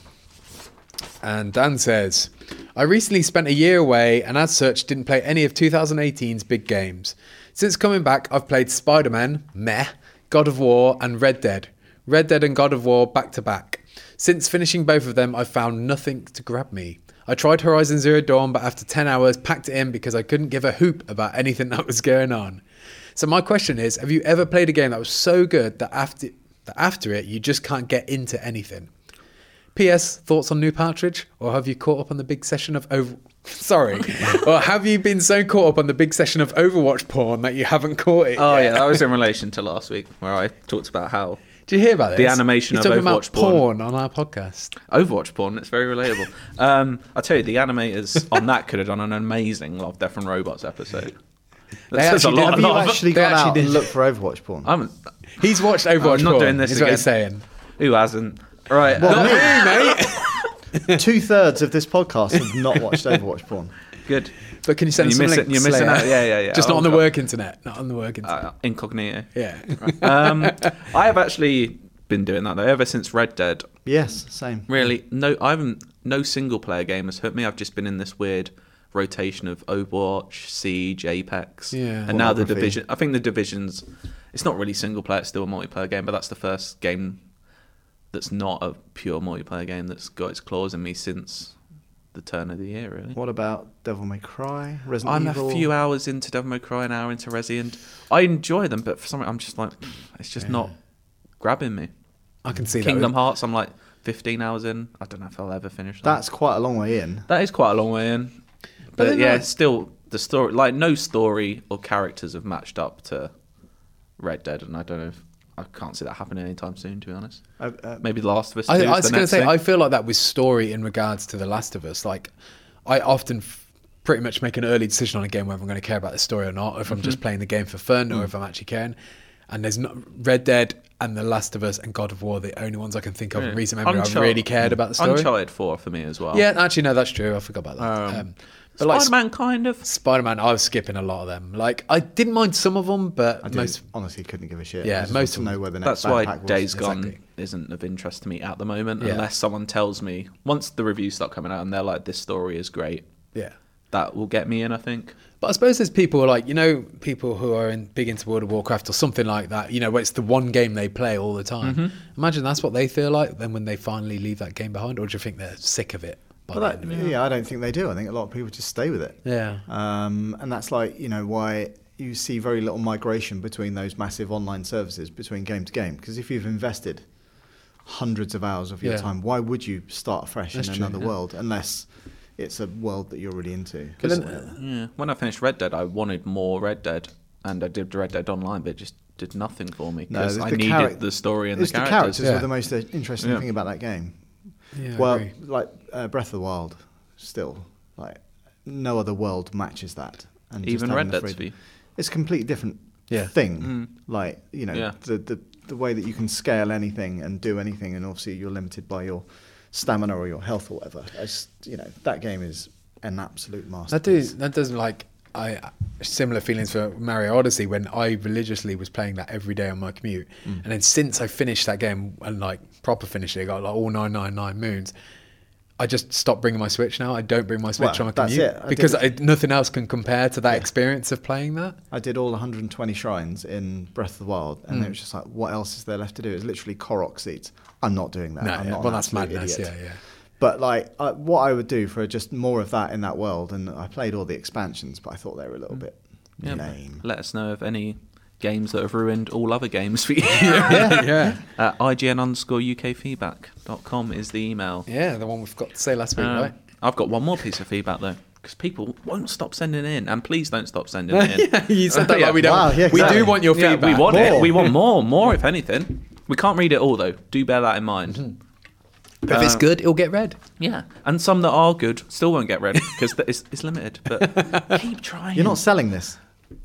And Dan says, I recently spent a year away and as such didn't play any of 2018's big games. Since coming back, I've played Spider Man, meh, God of War, and Red Dead. Red Dead and God of War back to back. Since finishing both of them, I found nothing to grab me. I tried Horizon Zero Dawn, but after 10 hours, packed it in because I couldn't give a hoop about anything that was going on. So, my question is have you ever played a game that was so good that after, that after it, you just can't get into anything? P.S. Thoughts on New Partridge, or have you caught up on the big session of over? [laughs] Sorry, or have you been so caught up on the big session of Overwatch porn that you haven't caught it? [laughs] Oh yet? yeah, that was in relation to last week where I talked about how Did you hear about this? The animation He's of talking Overwatch about porn. porn. on our podcast. Overwatch porn. It's very relatable. um, I tell you, the animators on that could have done an amazing Love, Death and Robots episode. They says a actually did- lot Have Have you [laughs] actually you they gone out actually and did- looked for Overwatch porn? I'm, He's watched Overwatch. I'm not porn, doing this is again. What he's saying. who hasn't? Right. Well, me. [laughs] mate. [laughs] Two thirds of this podcast have not watched Overwatch porn. good. But can you send You're us some missing- links you're missing later? out. Yeah, yeah, yeah. Just not Oh, on the God. work internet. Not on the work internet. Uh, incognito. yeah. Um, I have actually been doing that though ever since Red Dead. Yes, same. Really, no, I haven't. No single player game has hurt me. I've just been in this weird rotation of Overwatch, Siege, Apex, Yeah. and now the Pornography. division. I think the divisions. It's not really single player; it's still a multiplayer game, but that's the first game that's not a pure multiplayer game that's got its claws in me since the turn of the year. Really, What about Devil May Cry? Resident I'm Evil? a few hours into Devil May Cry, an hour into Resi, and I enjoy them, but for some reason, I'm just like, it's just not grabbing me. I can see that. Kingdom Hearts, I'm like 15 hours in. I don't know if I'll ever finish that. That's quite a long way in. That is quite a long way in. But, then yeah, like- still the story like no story or characters have matched up to Red Dead and I don't know if I can't see that happening anytime soon to be honest. Uh, uh, Maybe The Last of Us 2 I, is I the was going to next say, thing. I feel like that with story in regards to The Last of Us. Like, I often f- pretty much make an early decision on a game whether I'm going to care about the story or not, if I'm Mm-hmm. just playing the game for fun Mm. or if I'm actually caring. And there's not Red Dead and The Last of Us and God of War, the only ones I can think of in recent memory I've Unchart- really cared about the story. Uncharted 4 for me as well. Yeah, actually, no, that's true. I forgot about that. Um, but like Spider-Man kind of Spider Man, I was skipping a lot of them. Like, I didn't mind some of them, but I most. most, honestly couldn't give a shit. Yeah, I just most want to of- know where the next That's why backpack was. Days Gone Exactly. isn't of interest to me at the moment, Yeah. unless someone tells me once the reviews start coming out and they're like, "This story is great," Yeah. that will get me in. I think. But I suppose there's people who are like you know people who are in, big into World of Warcraft or something like that. You know, where it's the one game they play all the time. Mm-hmm. Imagine that's what they feel like then when they finally leave that game behind, or do you think they're sick of it? By But the end that, of it? yeah. I don't think they do. I think a lot of people just stay with it. Yeah. Um, and that's like, you know, why you see very little migration between those massive online services between game to game. Because if you've invested hundreds of hours of your Yeah. time, why would you start fresh That's in true, another yeah. world unless it's a world that you're really into? But then- uh, Yeah. When I finished Red Dead, I wanted more Red Dead, and I did Red Dead Online, but it just did nothing for me because the- I the needed charac- the story and it's the characters. characters Yeah. were the most uh, interesting Yeah. thing about that game. Yeah, I well, agree. like uh, Breath of the Wild, still like no other world matches that. And just Even having Red the Dead's freedom- view. It's a completely different Yeah. thing. Like you know Yeah. the, the the way that you can scale anything and do anything, and obviously you're limited by your stamina or your health or whatever. I just, you know that game is an absolute That masterpiece. does that doesn't like I similar feelings for Mario Odyssey when I religiously was playing that every day on my commute, Mm. and then since I finished that game and like proper finished it, I got like all nine nine nine moons. I just stopped bringing my Switch now. I don't bring my Switch Well, on my that's commute it. I because I, did- nothing else can compare to that experience of playing [laughs] that. [laughs] I did all 120 shrines in Breath of the Wild, Mm. and it was just like, what else is there left to do? It's literally Korok seeds. I'm not doing that. No, I'm yeah. not an well, that's absolute madness. idiot. Yeah, yeah. But like, I, what I would do for just more of that in that world, and I played all the expansions, but I thought they were a Mm. little bit Yeah. lame. Let us know of any games that have ruined all other games for you. yeah, yeah, [laughs] uh, IGN underscore UK feedback.com is the email. yeah. The one we forgot to say last week, Um, right? I've got one more piece of feedback though, because people won't stop sending in, and please don't stop sending [laughs] it in. you said that Yeah. like we don't. Wow, yeah, We exactly. do want your feedback. we want More. it. We want more, more if anything. We can't read it all though. Do bear that in mind. But Um, if it's good, it'll get read. Yeah, and some that are good still won't get read because it's, it's limited. But keep trying. You're not selling this.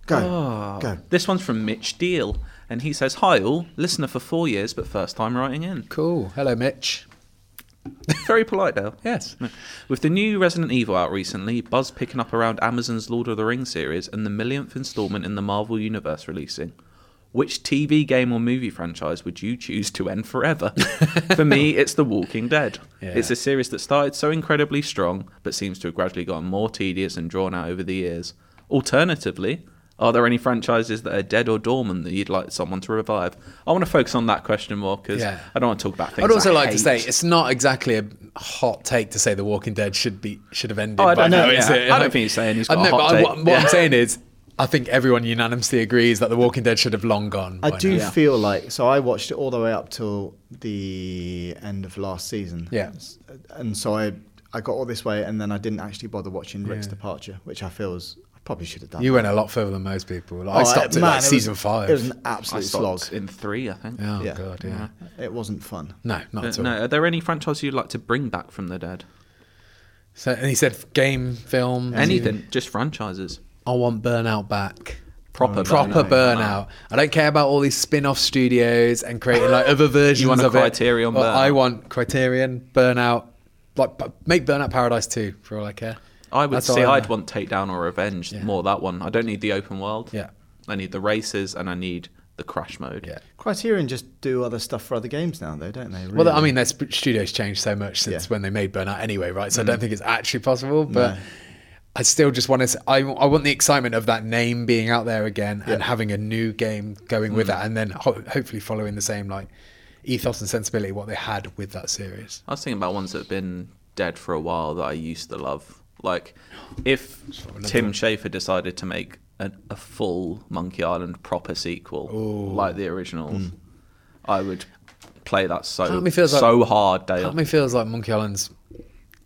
Go, Oh. go. This one's from Mitch Deal, and he says, "Hi all, listener for four years, but first time writing in. Cool. Hello, Mitch. Very [laughs] polite, Dale. Yes. With the new Resident Evil out recently, buzz picking up around Amazon's Lord of the Rings series and the millionth installment in the Marvel Universe releasing. Which TV game or movie franchise would you choose to end [laughs] forever? For me, it's The Walking Dead. Yeah. It's a series that started so incredibly strong, but seems to have gradually gotten more tedious and drawn out over the years. Alternatively, are there any franchises that are dead or dormant that you'd like someone to revive? I want to focus on that question more because Yeah. I don't want to talk about things. I'd also I like to hate. say it's not exactly a hot take to say The Walking Dead should be should have ended. Oh, I by don't now, know, is yeah. it? I don't think he's saying he's I got a know, hot but I- take. what, what I'm Yeah. saying is, I think everyone unanimously agrees that The Walking Dead should have long gone. I by do now. feel like so. I watched it all the way up till the end of last season. Yeah. S- and so I I got all this way, and then I didn't actually bother watching Rick's Yeah. departure, which I feel is I probably should have done. You went a lot further than most people. Like, I Oh, stopped at man, like it was- season five. It was an I absolute slog. stopped in three, I think. oh yeah. god, yeah. It wasn't fun. No, not Uh, at all. No, are there any franchises you'd like to bring back from the dead? So, and he said game, film, Anything, just franchises. I want Burnout back. Proper Proper Burnout. burnout. I don't care about all these spin-off studios and creating like other [laughs] versions want a of it. Criterion Well, Burnout. I want Criterion Burnout. Like p- make Burnout Paradise 2 for all I care. I would That's say all I I'd know. want Takedown or Revenge more that one. I don't need the open world. Yeah. I need the races and I need the crash mode. Yeah. Criterion just do other stuff for other games now, though, don't they? Really? Well, I mean, their sp- studios changed so much since Yeah. when they made Burnout anyway, right? So I Mm. don't think it's actually possible, but I still just want to. I, I want the excitement of that name being out there again and having a new game going Mm. with that, and then ho- hopefully following the same like ethos and sensibility what they had with that series. I was thinking about ones that have been dead for a while that I used to love. Like, if Tim Schafer decided to make a, a full Monkey Island proper sequel, like the original, I would play that so Hmm. Part of me feels like- so hard, Part of Dale. me feels like Monkey Island's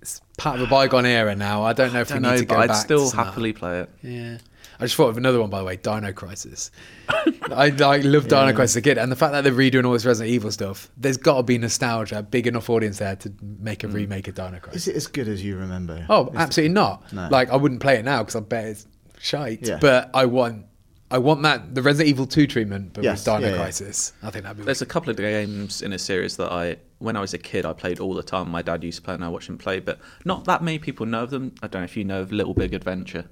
it's part of a bygone era now. I don't know I if we don't need know, to go but I'd back. still to that. happily play it. Yeah. I just thought of another one, by the way, Dino [laughs] Crisis. I like love Dino Crisis as a kid, and the fact that they're redoing all this Resident Evil stuff, there's got to be nostalgia, a big enough audience there to make a Mm. remake of Dino Crisis. is it as good as you remember? Oh, absolutely not. No. Like I wouldn't play it now because I bet it's shite. Yeah. But I want, I want that the Resident Evil Two treatment, but Yes, with Dino yeah, yeah. Crisis. I think that'd be. There's a couple of games in a series that I, when I was a kid, I played all the time. My dad used to play and I watched him play, but not that many people know of them. I don't know if you know of Little Big Adventure.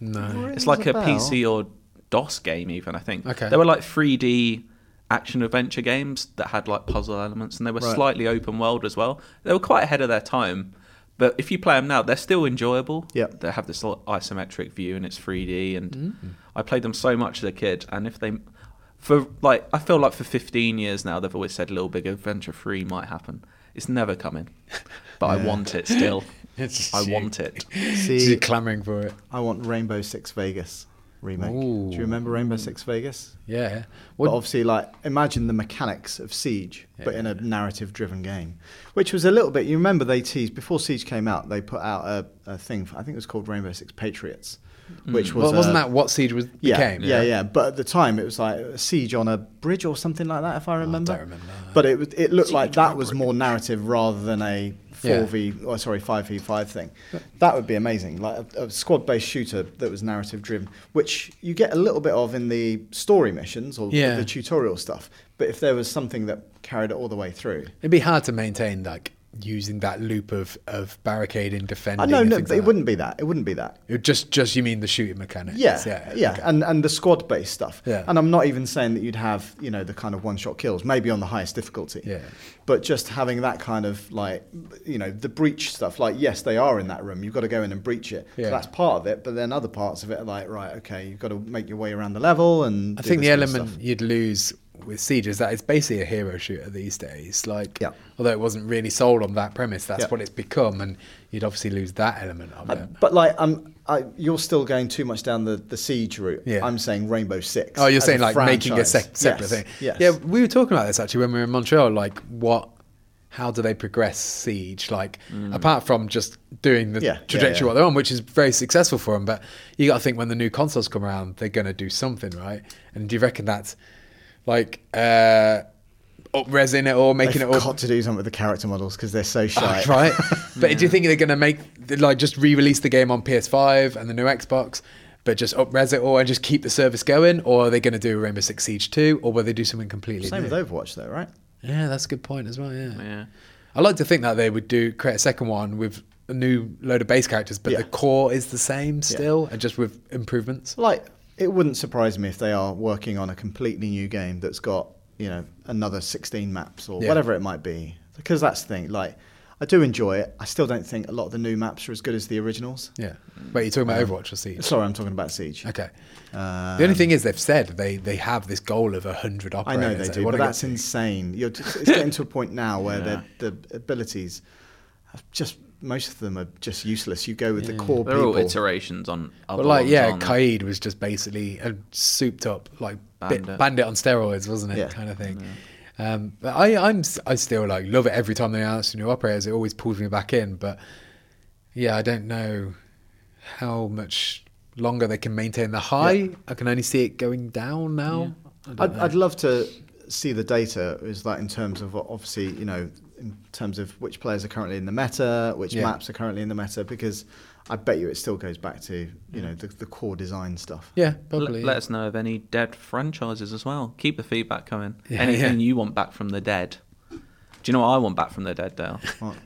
no. It's like a Bell. PC or DOS game, even I think. Okay. They were like 3D action adventure games that had like puzzle elements, and they were Right. slightly open world as well. They were quite ahead of their time, but if you play them now, they're still enjoyable. Yep. They have this little isometric view, and it's 3D. And Mm. I played them so much as a kid, and if they for like, I feel like for 15 years now, they've always said Little Big Adventure 3 might happen. It's never [laughs] coming, but I want it still. It's just I you. want it. See, She's clamoring for it. I want Rainbow Six Vegas remake. Ooh. Do you remember Rainbow Six Vegas? Yeah. But What, obviously, like imagine the mechanics of Siege, but in a narrative-driven game, which was a little bit. You remember they teased before Siege came out. They put out a, a thing. For, I think it was called Rainbow Six Patriots, which was Hmm. well, wasn't a- that what Siege was uh, yeah, became? Yeah, yeah, But at the time, it was like a siege on a bridge or something like that, if I remember. remember. But it was- it looked like that was more narrative rather than a Yeah. four v, oh, sorry, five v five thing. That would be amazing, like a, a squad based shooter that was narrative driven, which you get a little bit of in the story missions or Yeah. the tutorial stuff. But if there was something that carried it all the way through, It'd be hard to maintain like using that loop of of barricading, defending. I know and no, things it like that. wouldn't be that. It wouldn't be that. It would just just you mean the shooting mechanics? Yeah, yeah, yeah, okay. and and the squad based stuff. Yeah. and I'm not even saying that you'd have you know the kind of one shot kills, maybe on the highest difficulty. Yeah. but just having that kind of like you know the breach stuff. Like yes, they are in that room. You've got to go in and breach it. Yeah. So that's part of it. But then other parts of it are like right, okay, you've got to make your way around the level and. I do think this the kind of element stuff. you'd lose with Siege is that it's basically a hero shooter these days. Like, Yeah. although it wasn't really sold on that premise, that's Yeah. what it's become, and you'd obviously lose that element of it. But like, um, I, you're still going too much down the, the siege route. Yeah. I'm saying Rainbow Six. Oh, you're as a saying like making a franchise. sec- Yes, separate thing? Yes. Yeah, we were talking about this actually when we were in Montreal. Like, what? How do they progress Siege? Like, apart from just doing the Mm. Yeah, yeah, trajectory yeah. what they're on, which is very successful for them. But you got to think when the new consoles come around, they're going to do something, right? And do you reckon that's like uh, up resing it all, making They've it all Oh, got to do something with the character models because they're so shy. [laughs] right? but do you think they're going to make like just re-release the game on PS5 and the new Xbox, but just up-res it all and just keep the service going, or are they going to do Rainbow Six Siege 2, or will they do something completely Same new? with Overwatch though, right? Yeah, that's a good point as well. Yeah. Yeah. I like to think that they would do create a second one with a new load of base characters, but Yeah. the core is the same still, and just with improvements. Like, it wouldn't surprise me if they are working on a completely new game that's got, you know, another 16 maps or Yeah. whatever it might be. Because that's the thing. Like, I do enjoy it. I still don't think a lot of the new maps are as good as the originals. Yeah. Wait, you're talking about Overwatch or Siege? Sorry, I'm talking about Siege. Okay. Um, the only thing is, they've said they, they have this goal of 100 I operators. know they They do, wanna but get that's to- insane. You're just, it's getting to a point now where the the abilities, have just most of them are just useless. You go with the core They're all people. iterations on other But like, ones, yeah, aren't they? Kaid was just basically a souped up like bandit, Bandit. bit, bandit on steroids, wasn't it? Yeah. Kind of thing. Um, but I, I'm, s- I still like love it every time they announce new operators. It always pulls me back in. But yeah, I don't know how much longer they can maintain the high. I can only see it going down now. I don't I'd, know. I'd love to see the data is that in terms of obviously you know in terms of which players are currently in the meta, which Yeah. maps are currently in the meta, because I bet you it still goes back to you know the, the core design stuff. Yeah, L- probably. let us know of any dead franchises as well. Keep the feedback coming. Yeah, Anything yeah. you want back from the dead. Do you know what I want back from the dead, Dale? [laughs] What?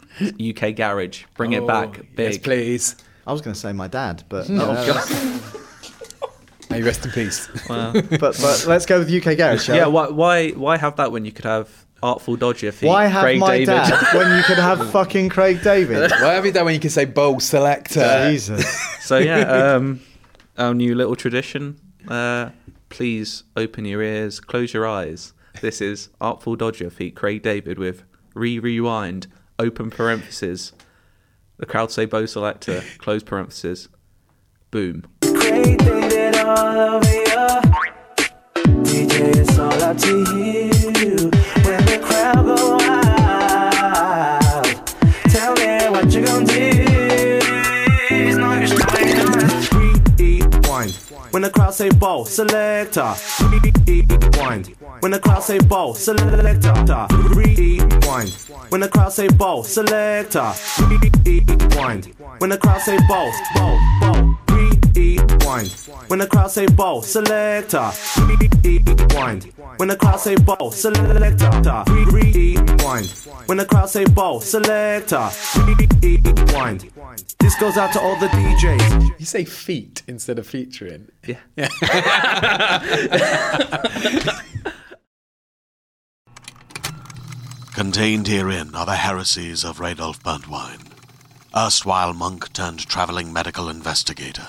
UK Garage. Bring Oh, it back Yes, big. please. I was going to say my dad, but [laughs] uh, Oh, God. May you rest in [laughs] peace. [laughs] Wow. but but let's go with UK Garage. shall yeah, we? why, why why have that when you could have Artful Dodger feat? Why have Craig my David. dad when you could [laughs] have fucking Craig David? Why have you done when you can say bowl selector? Jesus. so yeah, um, our new little tradition. Uh, please open your ears, close your eyes. This is Artful Dodger feat Craig David with re rewind, open parentheses. The crowd say Bo Selector, close parentheses. Boom. Rewind. When the crowd say bow, selector. Rewind. When the crowd say bow, selector. Rewind. When the crowd say bow, selector. Rewind. When the crowd say bow, bow, bow. Rewind. When the crowd say bow, selector. Rewind. When the crowd say bow, selector. Rewind. When the crowd say bow, selector. Rewind. This goes out to all the DJs. You say feet instead of featuring. Yeah. Contained herein are the heresies of Radolf Buntwine, erstwhile monk turned traveling medical investigator.